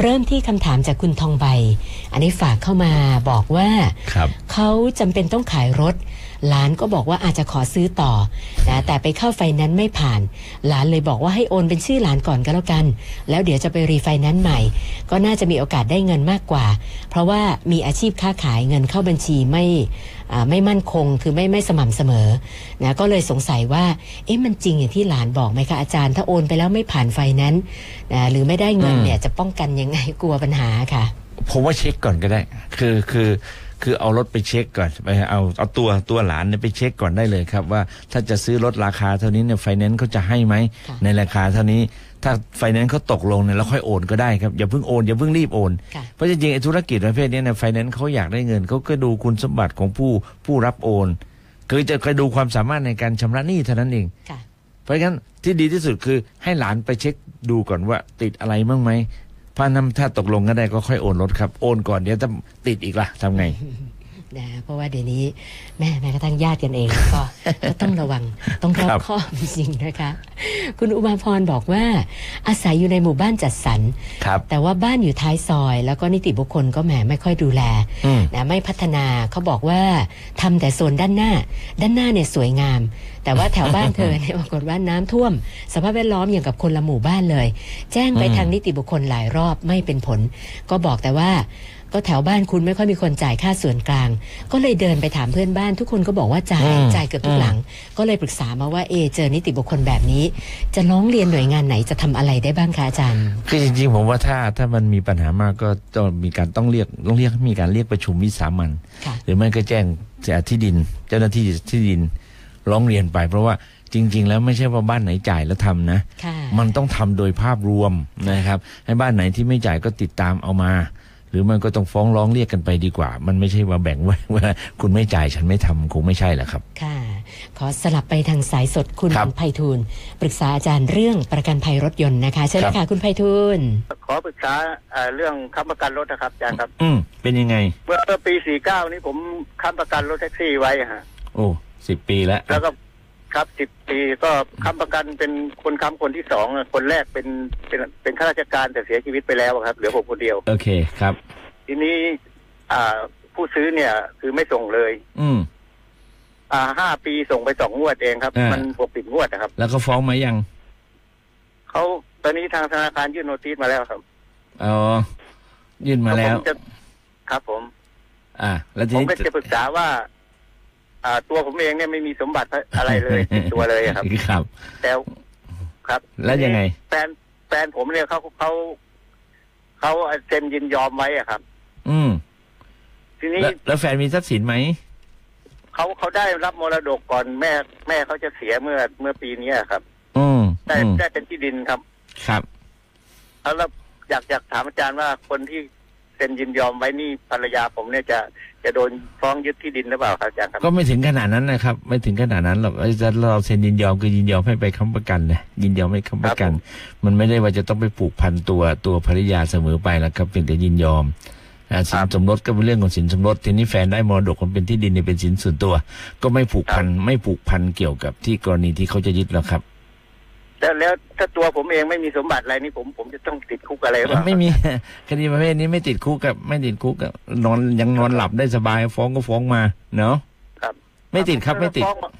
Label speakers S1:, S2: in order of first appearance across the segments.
S1: เริ่มที่คำถามจากคุณทองใบ อันนี้ฝากเข้ามาบอกว่า
S2: ครับ
S1: เขาจำเป็นต้องขายรถ หลานก็บอกว่าอาจจะขอซื้อต่อนะแต่ไปเข้าไฟแนั้นซ์ไม่ผ่าน หลานเลยบอกว่าให้โอนเป็นชื่อหลานก่อนก็แล้วกัน แล้วเดี๋ยวจะไปรีไฟแนนซ์ใหม่ ก็น่าจะมีโอกาสได้เงินมากกว่า เพราะว่ามีอาชีพค้าขายเงินเข้าบัญชีไม่อ่าไม่มั่นคง คือไม่ไม่สม่ำเสมอนะก็เลยสงสัยว่า เอ๊ะมันจริงอย่างที่หลานบอกไหมคะอาจารย์ ถ้าโอนไปแล้วไม่ผ่านไฟแนั้นซ์นะหรือไม่ได้เงิน
S2: อืม
S1: เนี่ยจะป้องกันยังไงกลัวปัญหาค่ะ
S2: ผมว่าเช็คก่อนก็ได้ คือคือคือเอารถไปเช็คก่อนไปเอาเอาตัวตัวหลานเนี่ยไปเช็คก่อนได้เลยครับ ว่าถ้าจะซื้อรถราคาเท่านี้เนี่ยไฟแนนซ์เขาจะให้ไหม
S1: ค่ะ
S2: ในราคาเท่านี้ ถ้าไฟแนนซ์เขาตกลงเนี่ยเราค่อยโอนก็ได้ครับอย่าเพิ่งโอนอย่าเพิ่งรีบโอน
S1: ค่ะ
S2: เพราะจริงๆไอ้ธุรกิจประเภทเนี้เนี่ยไฟแนนซ์เขาอยากได้เงินเขาก็ดูคุณสมบัติของผู้ผู้รับโอนคือจะคอยดูความสามารถในการชำระหนี้เท่านั้นเอง
S1: ค่ะ
S2: เพราะงั้นที่ดีที่สุดคือให้หลานไปเช็คดูก่อนว่าติดอะไรบ้างไหมพานำถ้าตกลงกันได้ก็ค่อยโอนรถครับโอนก่อนเดี๋ยวถ้าติดอีกล่ะทำไง
S1: นะเพราะว่าเดี๋ยวนี้แม่แม้กระทั่งญาติกันเอง ก็ ก็ต้องระวังต้องรอ
S2: ครับ บ
S1: คอบจริงๆนะคะ คุณอุมาพรบอกว่า อาศัยอยู่ในหมู่บ้านจัดสรร
S2: ครับ
S1: แต่ว่าบ้านอยู่ท้ายซอย แล้วก็นิติบุคคลก็แหมไม่ค่อยดูแล
S2: อืม
S1: นะไม่พัฒนาเขาบอกว่าทำแต่โซนด้านหน้า ด้านหน้าเนี่ยสวยงาม แต่ว่าแถวบ้าน เธอเนี่ย ปรากฏว่าน้ำท่วม สภาพแวดล้อมอย่างกับคนละหมู่บ้านเลย แจ้งไป
S2: อืม
S1: ทางนิติบุคคลหลายรอบไม่เป็นผล ก็บอกแต่ว่า ก็แถวบ้านคุณไม่ค่อยมีคนจ่ายค่าส่วนกลาง ก็เลยเดินไปถามเพื่อนบ้าน ทุกคนก็บอกว่าจ่าย
S2: อืม
S1: จ่ายเกือบทุก
S2: อืม
S1: หลัง ก็เลยปรึกษามาว่าเอเจอนิติบุคคลแบบนี้ จะร้องเรียนหน่วยงานไหนจะทำอะไรได้บ้างคะอาจารย์
S2: คือจริงๆผมว่าถ้าถ้ามันมีปัญหามากก็ต้องมีการต้องเรียกต้องเรียกให้มีการเรียกประชุมวิสามัน
S1: ค่ะ
S2: หรือไม่ก็แจ้งที่ดิน เจ้าหน้าที่ที่ดินร้องเรียนไป เพราะว่าจริง ๆ แล้วไม่ใช่ว่าบ้านไหนจ่ายแล้วทำนะ
S1: ค่ะ
S2: มันต้องทำโดยภาพรวมนะครับให้บ้านไหนที่ไม่จ่ายก็ติดตามเอามา หรือมันก็ต้องฟ้องร้องเรียกกันไปดีกว่า มันไม่ใช่ว่าแบ่งไว้ ว่าคุณไม่จ่ายฉันไม่ทำคงไม่ใช่แหละครับ
S1: ค่ะ ขอสลับไปทางสายสดคุณ
S2: ครับ
S1: ไพฑูรย์ปรึกษาอาจารย์เรื่องประกันภัยรถยนต์นะคะเชิญเลยค่ะคุณไพฑูรย์
S3: ขอปรึกษาเอ่อเรื่องค้ำประกันรถนะครับอาจารย์ครับ
S2: อืมเป็นยังไง
S3: เมื่อเมื่อปี 49 นี้ผมค้ำประกันรถแท็กซี่ไว้ฮะ
S2: โอ้สิบปีแล้ว
S3: แล้วก็ครับ 10 ปีก็ค้ำประกันเป็นคนค้ำคนที่สองอะคนแรกเป็นเป็นเป็นข้าราชการแต่เสียชีวิตไปแล้วอะครับ เหลือผมคนเดียว
S2: โอเคครับ
S3: ทีนี้ อ่า ผู้ซื้อเนี่ยคือไม่ส่งเลย
S2: อืม
S3: อ่าห้าปีส่งไปสองงวดเองครับ
S2: อ่ามั
S3: มันปกปิดงวดนะครับ
S2: แล้วก็ฟ้องมายัง
S3: เขาตอนนี้ทางธนาคารยื่นโนติสมาแล้วครับ
S2: อ๋อยื่นมาแล้ว
S3: ผมจะครับผม
S2: อ่า แล้วที
S3: ผม
S2: นี้
S3: ก็จะปรึกษาว่า อ่า ตัวผมเองเนี่ยไม่มีสมบัติอะไร เลยติดตัวเลยอะครับ
S2: ครับ
S3: แต่ครับ
S2: แล้วยังไง
S3: แฟนแฟนผมเนี่ยเขาเขาเขาเซ็นยินยอมไว้อะครับ
S2: อืม
S3: ทีนี้
S2: แล้วแล้วแฟนมีทรัพย์สินไหม
S3: เขาเขาได้รับมรดกก่อนแม่ แม่เขาจะเสียเมื่อเมื่อปีเนี้ยครับ
S2: อืม
S3: ได้
S2: อืม
S3: ได้เป็นที่ดินครับ
S2: ครับ
S3: แล้วแล้วอยากอยากถามอาจารย์ว่าคนที่เซ็นยินยอมไว้นี่ภรรยาผมเนี่ยจะจะโดนฟ้องยึดที่ดินหรือเปล่าครับอาจารย์ครับ
S2: ก็ไม่ถึงขนาดนั้นนะครับ ไม่ถึงขนาดนั้นหรอกไอ้จะเราเซ็นยินยอมคือยินยอมให้ไปค้ำประกันนะยินยอมให้ค้ำประกัน
S3: ครับผ
S2: มันไม่ได้ว่าจะต้องไปผูกพันตัวตัวภรรยาเสมอไปแล้วครับเป็นแต่ยินยอมอ่าสินสมรสก็เป็นเรื่องของสินสมรสทีนี้แฟนได้มรดกมันเป็นที่ดินเนี่ยเป็นสินส่วนตัว ก็ไม่ผูกพันไม่ผูกพันเกี่ยวกับที่กรณีที่เขาจะยึดหรอกครับ
S3: แล้วแล้วถ้าตัวผมเองไม่มีสมบัติอะไรนี่ผมผมจะต้องติดคุกอะไรหรือเปล่า
S2: ไม่มี คดีประเภทนี้ไม่ติดคุกกับไม่ติดคุกกับนอนยังนอนหลับได้สบายฟ้องก็ฟ้องมาเนาะ
S3: ครับ
S2: ไม่ติดครับไม่ติด
S3: ถ้าฟ้องา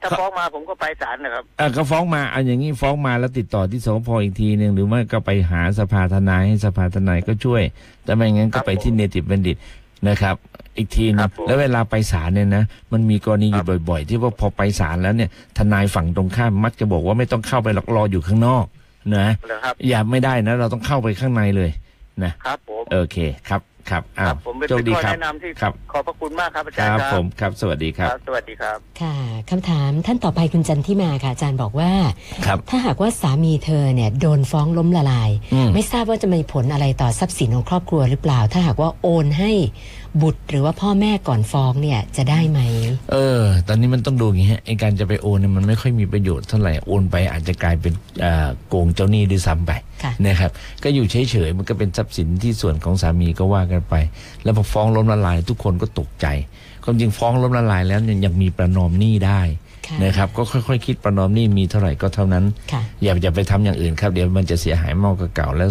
S3: ถ้าฟ้องมาผมก็ไปศาลนะครับ
S2: เออก็ฟ้องมาเอาอย่างนี้ฟ้องมาแล้วติดต่อที่สพอีกทีหนึ่งหรือไม่ก็ไปหาสภาทนายให้สภาทนายก็ช่วย แต่ไม่งั้นก็ไปที่เนติบัณฑิตนะครับ อีกทีหนึ
S3: ครั
S2: ง
S3: บผม
S2: แล้วเวลาไปศาลเนี่ยนะมันมีกรณีอ
S3: ครั
S2: ยู่
S3: บ
S2: บ่อย ๆ ที่ว่าพอไปศาลแล้วเนี่ย ทนายฝั่งตรงข้ามมักจะบอกว่าไม่ต้องเข้าไปหรอกรออยู่ข้างนอกนะ
S3: เหรอครับ
S2: อย่าไม่ได้นะเราต้องเข้าไปข้างในเลยนะครับ
S3: ผม
S2: โอเคครับครับอ้า
S3: คว รับผมเป็น
S2: โชคดี
S3: ข้อ
S2: ครับ
S3: แนะนำที่
S2: ครับ
S3: ขอบพระคุณมากครับอา
S2: ค
S3: จารย์
S2: รับ
S3: ครับ
S2: ผมครับสวัสดีค
S3: ค
S2: รั
S3: รั
S2: บบ
S3: สวัสดีครับ
S1: ค่ะคำถามท่านต่อไปคุณจันทิมาค่ะอาจารย์บอกว่า
S2: ครับ
S1: ถ้าหากว่าสามีเธอเนี่ยโดนฟ้องล้มละลาย
S2: อืม
S1: ไม่ทราบว่าจะมีผลอะไรต่อทรัพย์สินของครอบครัวหรือเปล่า ถ้าหากว่าโอนให้บุตรหรือว่าพ่อแม่ก่อนฟ้องเนี่ยจะได้ไหม
S2: เออ ตอนนี้มันต้องดูอย่างนี้ฮะไอการจะไปโอนเนี่ยมันไม่ค่อยมีประโยชน์เท่าไหร่ โอนไปอาจจะกลายเป็นเอ่อโกงเจ้าหนี้ด้วยซ้ำไป
S1: ค่ะ
S2: นะครับ ก็อยู่เฉยๆ มันก็เป็นทรัพย์สินที่ส่วนของสามีก็ว่ากันไป แล้วพอฟ้องล้มละลาย ทุกคนก็ตกใจ ความจริงฟ้องล้มละลายแล้วเนี่ยยังมีประนอมหนี้ได้
S1: ค่ะ
S2: นะครับ ก็ค่อยๆคิดประนอมหนี่มีเท่าไหร่ก็เท่านั้น
S1: ค่ะ
S2: อย่าอย่าไปทำอย่างอื่นครับเดี๋ยวมันจะเสียหายมากกว่าเก่าแล้ว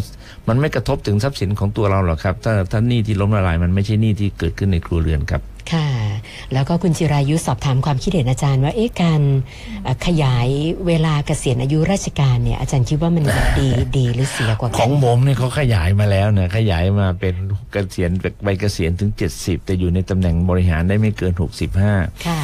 S2: มันไม่กระทบถึงทรัพย์สินของตัวเราหรอกครับ ถ้าถ้าหนี้ที่ล้มละลายมันไม่ใช่หนี้ที่เกิดขึ้นในครัวเรือนครับ
S1: ค่ะ แล้วก็คุณจิรายุสอบถามความคิดเห็นอาจารย์ว่า เอ๊ะการเอ่อขยายเวลาเกษียณอายุราชการเนี่ย อาจารย์คิดว่ามัน ดีดีหรือเสียกว่า
S2: ข
S1: กั
S2: อน งผมเนี่ยเขาขยายมาแล้วนะขยายมาเป็นเกษียณใบเกษียณถึง 70 แต่อยู่ในตำแหน่งบริหารได้ไม่เกิน 65
S1: ค่ะ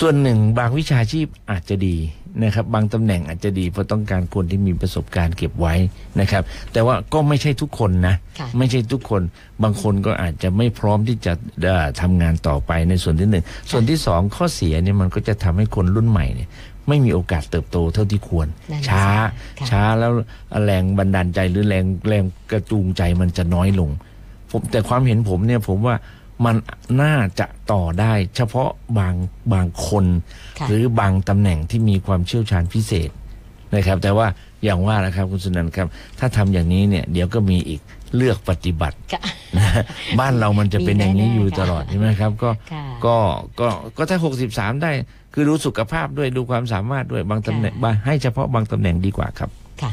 S2: ส่วนหนึ่งบางวิชาชีพอาจจะดีนะครับ บางตำแหน่งอาจจะดีเพราะต้องการคนที่มีประสบการณ์เก็บไว้นะครับ แต่ว่าก็ไม่ใช่ทุกคนนะ
S1: ค่ะ
S2: ไม่ใช่ทุกคนบางคนก็อาจจะไม่พร้อมที่จะเอ่อทำงานต่อไปในส่วนที่หนึ่งส่วนที่สองข้อเสียเนี่ยมันก็จะทำให้คนรุ่นใหม่เนี่ยไม่มีโอกาสเติบโตเท่าที่ควร
S1: นั่นน่ะสิ
S2: ช้า
S1: ค่ะ
S2: ช้าแล้วแรงบันดาลใจหรือแรงแรงกระจูงใจมันจะน้อยลง ผมแต่ความเห็นผมเนี่ยผมว่ามันน่าจะต่อได้ เฉพาะบางบางคน
S1: ค่ะ
S2: หรือบางตำแหน่งที่มีความเชี่ยวชาญพิเศษนะครับ แต่ว่าอย่างว่านะครับคุณสุนันท์ครับ ถ้าทำอย่างนี้เนี่ยเดี๋ยวก็มีอีกเลือกปฏิบั ติ
S1: ค่ะ
S2: บ้านเรามันจะเป็นอย่างนี้อยู่ตลอดใช่ไหมครับก็
S1: ค่ะ
S2: ก็ก็ก็ถ้า 63 ได้คือดูสุขภาพด้วยดูความสามารถด้วยบางตำแหน่งบางให้เฉพาะบางตำแหน่งดีกว่าครับ
S1: ค่ะ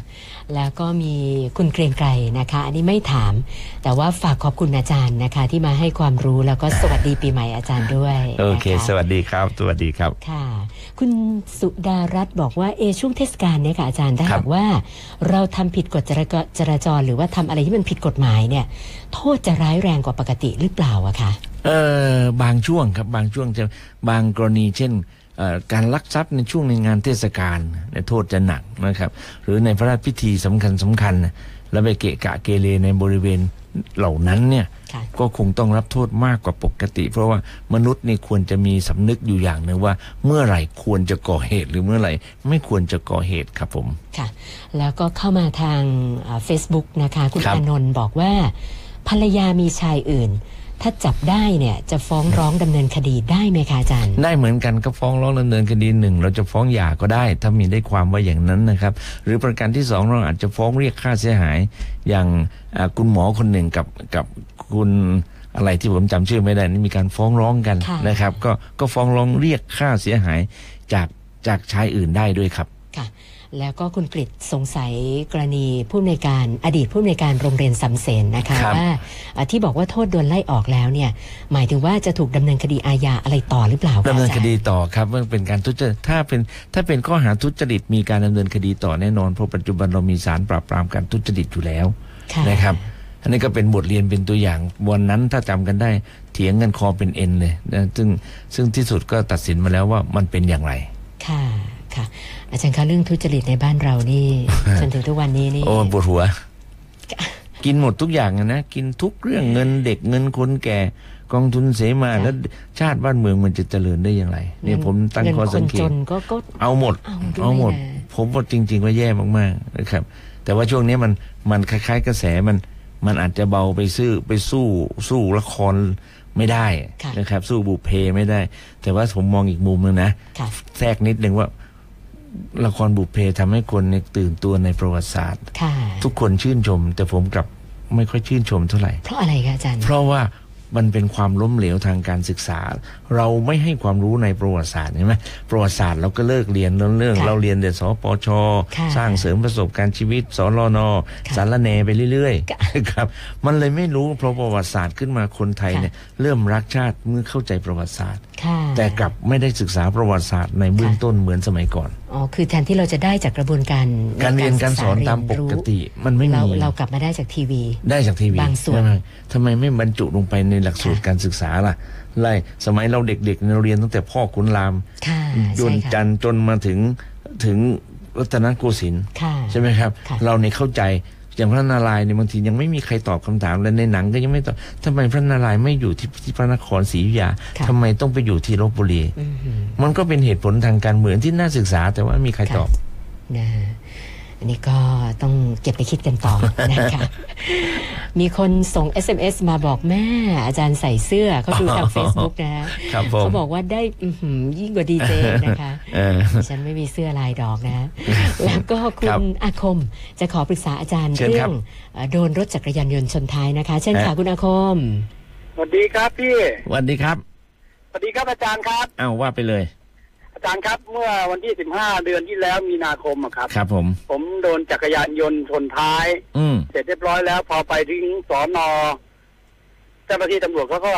S1: แล้วก็มีคุณเกรียงไกรนะคะ อันนี้ไม่ถาม แต่ว่าฝากขอบคุณอาจารย์นะคะ ที่มาให้ความรู้แล้วก็สวัสดีปีใหม่อาจารย์ด้วย
S2: โอเค
S1: นะะ
S2: สวัสดีครับ สวัสดีครับ
S1: ค่ะ คุณสุดารัตน์บอกว่าเอะช่วงเทศกาลเนี่ยค่ะอาจารย์ถ้า
S2: ครั
S1: หา
S2: บ
S1: กว่าเราทำผิดกฎจราจรจราจรหรือว่าทำอะไรที่มันผิดกฎหมายเนี่ย โทษจะร้ายแรงกว่าปกติหรือเปล่าอะคะ
S2: เออบางช่วงครับบางช่วงจะบางกรณีเช่นเอ่อการลักทรัพย์ในช่วงในงานเทศกาลเนี่ยโทษจะหนักนะครับ หรือในพระราชพิธีสำคัญสำคัญนะแล้วไปเกะกะเกเรในบริเวณเหล่านั้นเนี่ย
S1: ค่ะ
S2: ก็คงต้องรับโทษมากกว่าปกติ เพราะว่ามนุษย์นี่ควรจะมีสำนึกอยู่อย่างหนึ่งว่า เมื่อไหร่ควรจะก่อเหตุหรือเมื่อไหร่ไม่ควรจะก่อเหตุครับผม
S1: ค่ะ แล้วก็เข้ามาทางเฟซบุ๊กนะคะ คุณ
S2: ครับ
S1: อานนท์บอกว่า ภรรยามีชายอื่น ถ้าจับได้เนี่ยจะฟ้องร้องดำเนินคดีได้ไหมคะอาจารย์
S2: ได้เหมือนกันก็ฟ้องร้องดำเนินคดีหนึ่งเราจะฟ้องหย่าก็ได้ ถ้ามีได้ความว่าอย่างนั้นนะครับ หรือประการที่สองเราอาจจะฟ้องเรียกค่าเสียหาย อย่างอ่าคุณหมอคนหนึ่งกับกับคุณอะไรที่ผมจำชื่อไม่ได้นี่มีการฟ้องร้องกัน
S1: ค่ะ
S2: นะครับ ก็ก็ฟ้องร้องเรียกค่าเสียหายจากจากชายอื่นได้ด้วยครับ
S1: ค่ะ แล้วก็คุณกฤษสงสัยกรณีผู้อำนวยการอดีตผู้อำนวยการโรงเรียนสำเสนนะคะ
S2: ครับ
S1: ว่าอ่าที่บอกว่าโทษโดนไล่ออกแล้วเนี่ย หมายถึงว่าจะถูกดำเนินคดีอาญาอะไรต่อหรือเปล่าคะ
S2: ดำเนิน
S1: อาจารย์
S2: คดีต่อครับว่าเป็นการทุจริตถ้าเป็นถ้าเป็นข้อหาทุจริตมีการดำเนินคดีต่อแน่นอนเพราะปัจจุบันเรามีสารปราบปรามการทุจริตอยู่แล้ว
S1: ค่ะ
S2: นะครับ อันนี้ก็เป็นบทเรียนเป็นตัวอย่าง วันนั้นถ้าจำกันได้เถียงกันคอเป็นเอ็นเลยนะซึ่งซึ่งที่สุดก็ตัดสินมาแล้วว่ามันเป็นอย่างไร
S1: ค่ะ ค่ะ อาจารย์คะเรื่องทุจริตในบ้านเรานี่ จนถึงทุกวันนี้นี่
S2: โอ้ปวดหัว กินหมดทุกอย่างอะนะกินทุกเรื่องเงินเด็กเงินคนแก่กองทุนเสมา
S1: ค่ะ
S2: แล้วชาติบ้านเมืองมันจะเจริญได้อย่างไร เนี่ย
S1: เงิน
S2: ผมตั้งข้อสังเก
S1: นจ
S2: ต
S1: นก็ก็
S2: เอาหมด
S1: เอาด้วย
S2: หมด
S1: นะ
S2: ผมว่าจริง ๆ ว่าแย่มากๆนะครับ แต่ว่าช่วงนี้มันมันคล้าย ๆ กระแสมันมันอาจจะเบาไปซื้อไปสู้สู้ละครไม่ได้
S1: ค่ะ
S2: นะครับ สู้บุพเพไม่ได้ แต่ว่าผมมองอีกมุมหนึงนะ
S1: ค่ะ
S2: แทรกนิดนึงว่า ละครบุพเพทำให้คนเนี่ยตื่นตัวในประวัติศาสตร์
S1: ค่ะ
S2: ทุกคนชื่นชม แต่ผมกลับไม่ค่อยชื่นชมเท่าไหร่
S1: เพราะอะไรคะอาจารย์
S2: เพราะว่ามันเป็นความล้มเหลวทางการศึกษา เราไม่ให้ความรู้ในประวัติศาสตร์ใช่ไหมประวัติศาสตร์เราก็เลิกเรียนเรื่อง
S1: ค่ะ
S2: เราเรียนแต่สปช
S1: ค่ะ
S2: สร้างเสริมประสบการณ์ชีวิตสรน
S1: ค่ะ
S2: สารเนไปเรื่อย
S1: ค่ะ
S2: ๆครับมันเลยไม่รู้เพราะประวัติศาสตร์ขึ้นมาคนไทย
S1: ค่ะ
S2: เนี่ยเริ่มรักชาติเมื่อเข้าใจประวัติศาสตร์
S1: ค่ะ
S2: แต่กลับไม่ได้ศึกษาประวัติศาสตร์ในเบื้อง
S1: ค่ะ
S2: ต้นเหมือนสมัยก่อน
S1: อ๋อ คือแทนที่เราจะได้จากกระบวนการใน
S2: การเรียนการสอนตามปกติมันไม่
S1: เรา
S2: มี
S1: เรากลับมาได้จากทีวี
S2: ได้จากทีวี
S1: บางส่วน
S2: ใช่ไหมทำไมไม่บรรจุลงไปในหลักสูตรการศึกษาล่ะไล่สมัยเราเด็กๆเราเรียนตั้งแต่พ่อขุนราม
S1: ค่ะ
S2: ยน
S1: ใช่
S2: ต์
S1: ค่ะ
S2: จันทร์จนมาถึงถึงรัตนโกสินทร์
S1: ค่ะ
S2: ใช่ไหมครับ
S1: ค่ะ
S2: เราในยเข้าใจอย่างพระนารายณ์เนี่ยบางทียังไม่มีใครตอบคำถามและในหนังก็ยังไม่ตอบทำไมพระนารายณ์ไม่อยู่ที่ที่พระนครศรีอยุธยาทำไมต้องไปอยู่ที่ลบบุรี
S1: อืม
S2: มันก็เป็นเหตุผลทางการเมืองที่น่าศึกษา แต่ว่าไม่มีใครตอบ
S1: นะฮะอันนี้ก็ต้องเก็บไปคิดกัน ต่อ นะคะ มีคนส่ง SMS มาบอกแม่ อาจารย์ใส่เสื้อเขาดูทาง Facebook นะฮะ
S2: ครับผม
S1: เขาบอกว่าได้อื้อหือยิ่งกว่าดี เจนะคะ
S2: เออ
S1: ดิฉันไม่มีเสื้อลายดอกนะ แล้วก็คุ
S2: ครั
S1: ณ
S2: บ
S1: อาคมจะขอปรึกษาอาจารย์
S2: เชิญ
S1: เรื่
S2: ค
S1: อ
S2: รั
S1: ง
S2: บ
S1: เอ่อโดนรถจักรยานยนต์ชนท้ายนะคะ เช่น
S2: ฮะ
S1: ค่ะคุณอาคม
S4: สวัสดีครับพี่
S2: สวัสดีครับ
S4: สวัสดีครับอาจารย์ครับ
S2: อ้าวว่าไปเลย
S3: อาจารย์ครับเมื่อวันที่สิบห้าเดือนที่แล้วมีนาคมอะครับ
S2: ครับผม
S3: ผมโดนจักรยานยนต์ชนท้าย
S2: อืม
S3: เสร็จเรียบร้อยแล้ว พอไปถึงสอนอเจ้าหน้าที่ตำรวจเขาก็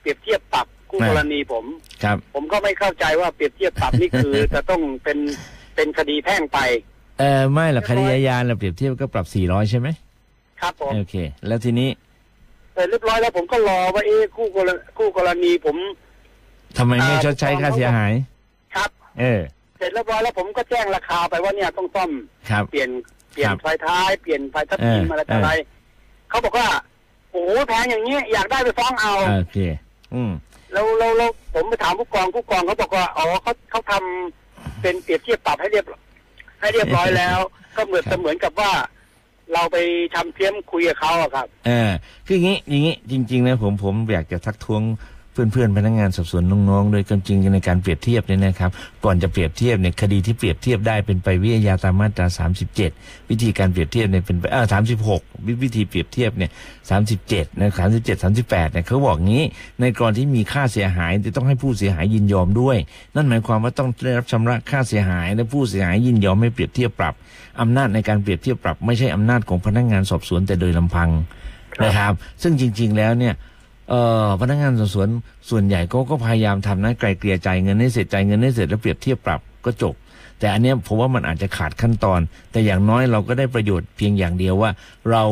S3: เปรียบเทียบปรับคู่กรณีผม
S2: ครับ
S3: ผมก็ไม่เข้าใจว่าเปรียบเทียบปรับนี่คือ จะต้องเป็นเป็นคดีแพ่งไป
S2: เออไม่หรอกคดีอาญาเราเปรียบเทียบก็ปรับสี่ร้อยใช่ไหม
S3: ครับผม
S2: โอเค แล้วทีนี้
S3: เสร็จเรียบร้อยแล้วผมก็รอว่าเอ๊ะคู่กรณีคู่กรณีผม
S2: ทำไมไม่
S3: เอ่อ
S2: ชดใช้ค่าเสียหาย
S3: ครับ
S2: เออ
S3: เสร็จเรียบร้อยแล้วผมก็แจ้งราคาไปว่าเนี่ยต้องซ่อม
S2: ครับ
S3: เปลี่ยนเปลี่ยน
S2: ครับ
S3: ไฟท้ายเปลี่ยนไฟทับทิม
S2: เออ
S3: อะไรต่ออะไร
S2: เออ
S3: เขาบอกว่าโอ้โหแพงอย่างเงี้ยอยากได้ไปฟ้องเอา
S2: โอเค อืม
S3: แล้วแล้วแล้วผมไปถามผู้กองผู้กองเขาบอกว่าอ๋อเขาเขาทำเป็นเปรียบเทียบปรับให้เรียบ ให้เรียบร้อยแล้ว ก็เหมือน
S2: ครับ
S3: เหมือนกับว่า เราไปทำเทียมคุยกับเขาอะครับ
S2: เออคืออย่างนี้อย่างนี้จริงๆนะผมผมอยากจะทักท้วงเพื่อนๆพนักงานสอบสวนน้องๆโดวยความจริงในการเปรียบเทียบเนี่ยนะครับ ก่อนจะเปรียบเทียบเนี่ยคดีที่เปรียบเทียบได้เป็นไปวิทยาตามมาตรา 37 วิธีการเปรียบเทียบเนี่ยเป็นไปเออ36วิวิธีเปรียบเทียบเนี่ย37นะ37 38เนี่ยเขาบอกงี้ ในกรณีที่มีค่าเสียหายจะต้องให้ผู้เสียหายยินยอมด้วย นั่นหมายความว่าต้องได้รับชำระค่าเสียหายและผู้เสียหายยินยอมไม่เปรียบเทียบปรับอำนาจในการเปรียบเทียบปรับ ไม่ใช่อำนาจของพนักงานสอบสวนแต่โดยลำพัง นะครับซึ่งจริง ๆ แล้วเนี่ยเอ่อพนักงานสอบสวนส่วนใหญ่ก็ก็พยายามทำนะไกลเกลี่ยจ่ายเงินให้เสร็จจ่ายเงินให้เสร็จแล้วเปรียบเทียบปรับก็จบ แต่อันเนี้ยผมว่ามันอาจจะขาดขั้นตอน แต่อย่างน้อยเราก็ได้ประโยชน์เพียงอย่างเดียวว่า เรา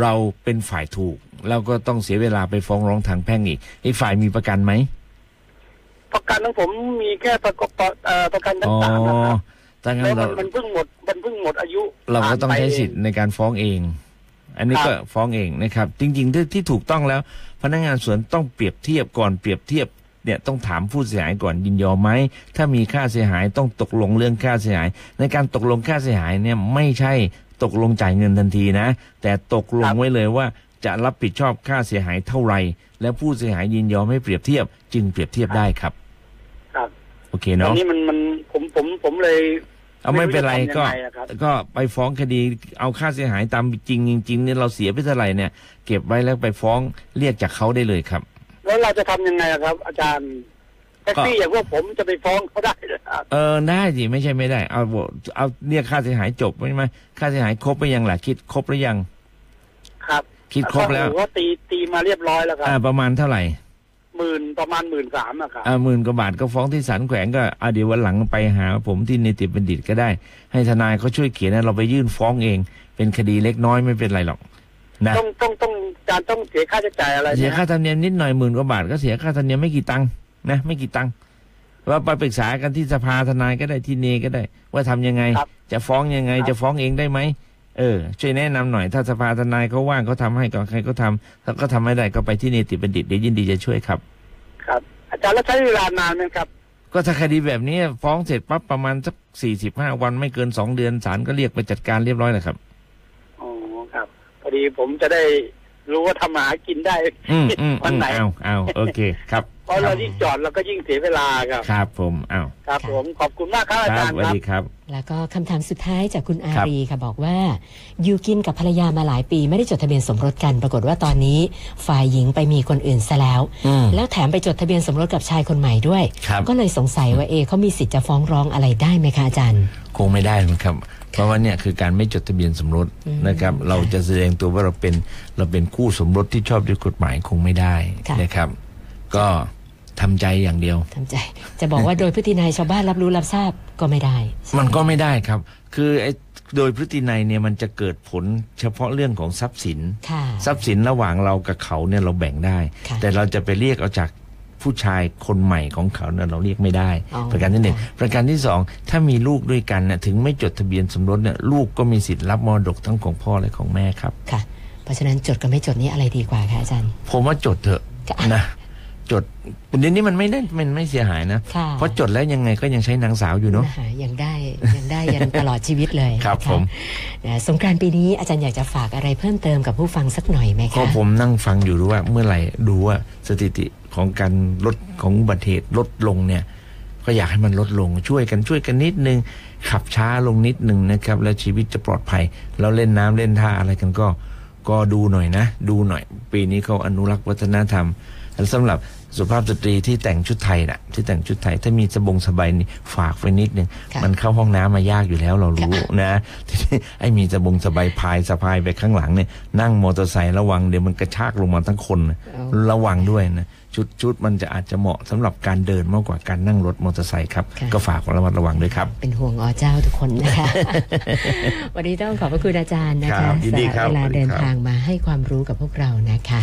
S2: เราเป็นฝ่ายถูกเราก็ต้องเสียเวลาไปฟ้องร้องทางแพ่งอีกไอ้ฝ่ายมีประกันไหม
S3: ประกันของผมมีแค่ประกอบเอ่อประกันชั้น
S2: อ๋อ
S3: สามนะครับ
S2: ถ้างั้
S3: แล้
S2: น
S3: วมั
S2: เรา
S3: นมันเพิ่งหมดมันเพิ่งหมดอายุ
S2: เราก็ต้อง
S3: ผ่านไป
S2: ใช้สิทธิ์
S3: เง
S2: ในการฟ้องเอง อันนี้
S3: ครับ
S2: ก็ฟ้องเองนะครับ จริงๆที่ที่ถูกต้องแล้ว พนักงานสวนต้องเปรียบเทียบก่อนเปรียบเทียบเนี่ยต้องถามผู้เสียหายก่อนยินยอมไหมถ้ามีค่าเสียหายต้องตกลงเรื่องค่าเสียหาย ในการตกลงค่าเสียหายเนี่ยไม่ใช่ตกลงจ่ายเงินทันทีนะ แต่ตกลงไว้เลยว่าจะรับผิดชอบค่าเสียหายเท่าไหร่และผู้เสียหายยินยอมให้เปรียบเทียบ จึงเปรียบเทียบได้ครับ
S3: ครับ
S2: โอเค
S3: ตอน
S2: เนาะ
S3: นี้มันมันผมผมผมเลย
S2: เอาไม่เป็นไร
S3: จะทำยัง
S2: ก็
S3: งอะครับ
S2: ก็ไปฟ้องคดีเอาค่าเสียหายตามจริงจริงๆเนี่ยเราเสียไปเท่าไหร่เนี่ยเก็บไว้แล้วไปฟ้องเรียกจากเขาได้เลยครับ
S3: แล้วเราจะทำยังไงอะครับ อาจารย์แท็กซี่อย่างพวกผมจะไปฟ้องเขาได้เหรอครับ
S2: เออได้สิไม่ใช่ไม่ได้เอาบอกเอาเรียกค่าเสียหายจบใช่ไหมค่าเสียหายครบหรือยังล่ะคิดครบหรือยัง
S3: ครับ
S2: คิดครบแล้ว
S3: ก็ถือว่าตีตีมาเรียบร้อยแล้วครั
S2: อ่า
S3: บ
S2: ประมาณเท่าไหร่
S3: หมื่นประมาณหมื่นสามอะครับ
S2: อ่าหมื่นกว่าบาทก็ฟ้องที่ศาลแขวงก็อ่าเดี๋ยววันหลังไปหาผมที่นิติบัณฑิตก็ได้ ให้ทนายเขาช่วยเขียนนะเราไปยื่นฟ้องเอง เป็นคดีเล็กน้อยไม่เป็นไรหรอกนะ
S3: ต้องต้องต้องการต้องเสียค่าใช้จ่ายอะไร
S2: เสีย
S3: นะ
S2: ค่าธรรมเนียมนิดหน่อยหมื่นกว่าบาทก็เสียค่าธรรมเนียมไม่กี่ตังค์นะไม่กี่ตังค์ว่าไปปรึกษากันที่สภาทนายก็ได้ที่เนก็ได้ ว่าทำยังไง
S3: ครับ
S2: จะฟ้องยังไง
S3: ครับ
S2: จะฟ้องเองได้ไหมเออ ช่วยแนะนำหน่อย ถ้าสภาทนายเขาว่างเขาทำให้ก่อนใครก็ทำถ้าก็ทำไม่ได้ก็ไปที่เนติบัณฑิตเดี๋ยวยินดีจะช่วยครับ
S3: ครับ อาจารย์แล้วใช้เวลานานไหมครับ
S2: ก็ถ้าคดีแบบนี้ฟ้องเสร็จปั๊บประมาณสักสี่สิบห้าวันไม่เกินสองเดือนศาลก็เรียกไปจัดการเรียบร้อยแหละครับ
S3: อ๋อครับ พอดีผมจะได้รู้ว่าทำมาหากินได้
S2: อืม อืม
S3: วั
S2: อื
S3: น
S2: ม
S3: ไหน
S2: เอาเอาโอเคครับ
S3: เพราะเรายิ่งจอดเราก็ยิ่งเสียเวลาครับ
S2: ครับผมเอา
S3: ครับ ผมขอบคุณมากครับอา
S2: ครับ
S3: จาร
S2: ส
S3: ย์
S2: วั
S3: ค
S2: ส
S3: รับ
S2: ดีครับ
S1: แล้วก็คำถามสุดท้ายจากคุณอา
S2: ครับ
S1: รีค่ะบอกว่า อยู่กินกับภรรยามาหลายปีไม่ได้จดทะเบียนสมรสกัน ปรากฏว่าตอนนี้ฝ่ายหญิงไปมีคนอื่นซะแล้ว
S2: อืม
S1: แล้วแถมไปจดทะเบียนสมรสกับชายคนใหม่ด้วย
S2: ครับ
S1: ก็เลยสงสัยว่าเอะเขามีสิทธิ์จะฟ้องร้องอะไรได้ไหมคะอาจารย์
S2: คงไม่ได้หรอกครับ เพราะว่าเนี่ยคือการไม่จดทะเบียนสมรส
S1: อืม
S2: นะครับ เราจะแสดงตัวว่าเราเป็นเราเป็นคู่สมรสที่ชอบด้วยกฎหมายคงไม่ได้
S1: ค่ะ
S2: นะครับ ก็ทำใจอย่างเดียว
S1: ทำใจ จะบอกว่าโดยพฤตินัยชาวบ้านรับรู้รับทราบก็ไม่ได้ใช่ไห
S2: มันก็ไม่ได้ครับ คือไอ้โดยพฤตินัยเนี่ยมันจะเกิดผลเฉพาะเรื่องของทรัพย์สิน
S1: ค่ะ
S2: ทรัพย์สินระหว่างเรากับเขาเนี่ยเราแบ่งได้
S1: ค่ะ
S2: แต่เราจะไปเรียกเอาจากผู้ชายคนใหม่ของเขาเนี่ยเราเรียกไม่ได้
S1: อ๋อ
S2: ประการที่หนึ่ง
S1: ค่ะ
S2: ประการที่สองถ้ามีลูกด้วยกันน่ะถึงไม่จดทะเบียนสมรสเนี่ยลูกก็มีสิทธิ์รับมรดกทั้งของพ่อและของแม่ครับ
S1: ค่ะ เพราะฉะนั้นจดกับไม่จดนี่อะไรดีกว่าคะอาจารย์
S2: ผมว่าจดเถอะ
S1: ค่ะ
S2: นะจดเดี๋ยวนี้มันไม่ได้มันไม่เสียหายนะ
S1: ค่ะ
S2: เพราะจดแล้วยังไงก็ยังใช้นางสาวอยู่เนาะ
S1: นะคะยังได้ยังได้ยันตลอดชีวิตเลย
S2: ครับ
S1: นะะ
S2: ผม
S1: นะสงกรานต์ปีนี้อาจารย์อยากจะฝากอะไรเพิ่มเติมกับผู้ฟังสักหน่อยไหม
S2: ก็
S1: คะ
S2: ผมนั่งฟังอยู่รู้ว่าเมื่อไหร่ดูว่าสถิติของการลดของอุบัติเหตุลดลงเนี่ย ก็อยากให้มันลดลงช่วยกันช่วยกันนิดนึง ขับช้าลงนิดนึงนะครับ แล้วชีวิตจะปลอดภัย แล้วเล่นน้ำเล่นท่าอะไรกันก็ ก็ดูหน่อยนะ ดูหน่อย ปีนี้เขาอนุรักษ์วัฒนธรรม และสำหรับ สุภาพสตรีที่แต่งชุดไทยน่ะ ที่แต่งชุดไทย ถ้ามีสบงสบายนี่ฝากไปนิดนึง
S1: ค่ะ
S2: มันเข้าห้องน้ำมายากอยู่แล้วเรารู้
S1: ค่ะ
S2: นะ ทีนี้ไอ้มีสบงสบายพายสะพายไปข้างหลังเนี่ยนั่งมอเตอร์ไซค์ระวังเดี๋ยวมันกระชากลงมาทั้งคนนะ
S1: เอา
S2: ระวังด้วยนะชุดชุดมันจะอาจจะเหมาะสำหรับการเดินมากกว่าการนั่งรถมอเตอร์ไซค์ครับ
S1: ค่ะ
S2: ก็ฝากระมัดระวังด้วยครับ
S1: เป็นห่วงอเจ้าทุกคนนะคะ วันนี้ต้องขอบพระคุณอาจารย์นะ
S2: ครั
S1: คะ
S2: บยินดีครับ
S1: สละเวลา
S2: สวัสดี
S1: เดิน
S2: ครับ
S1: ทางมาให้ความรู้กับพวกเรานะคะ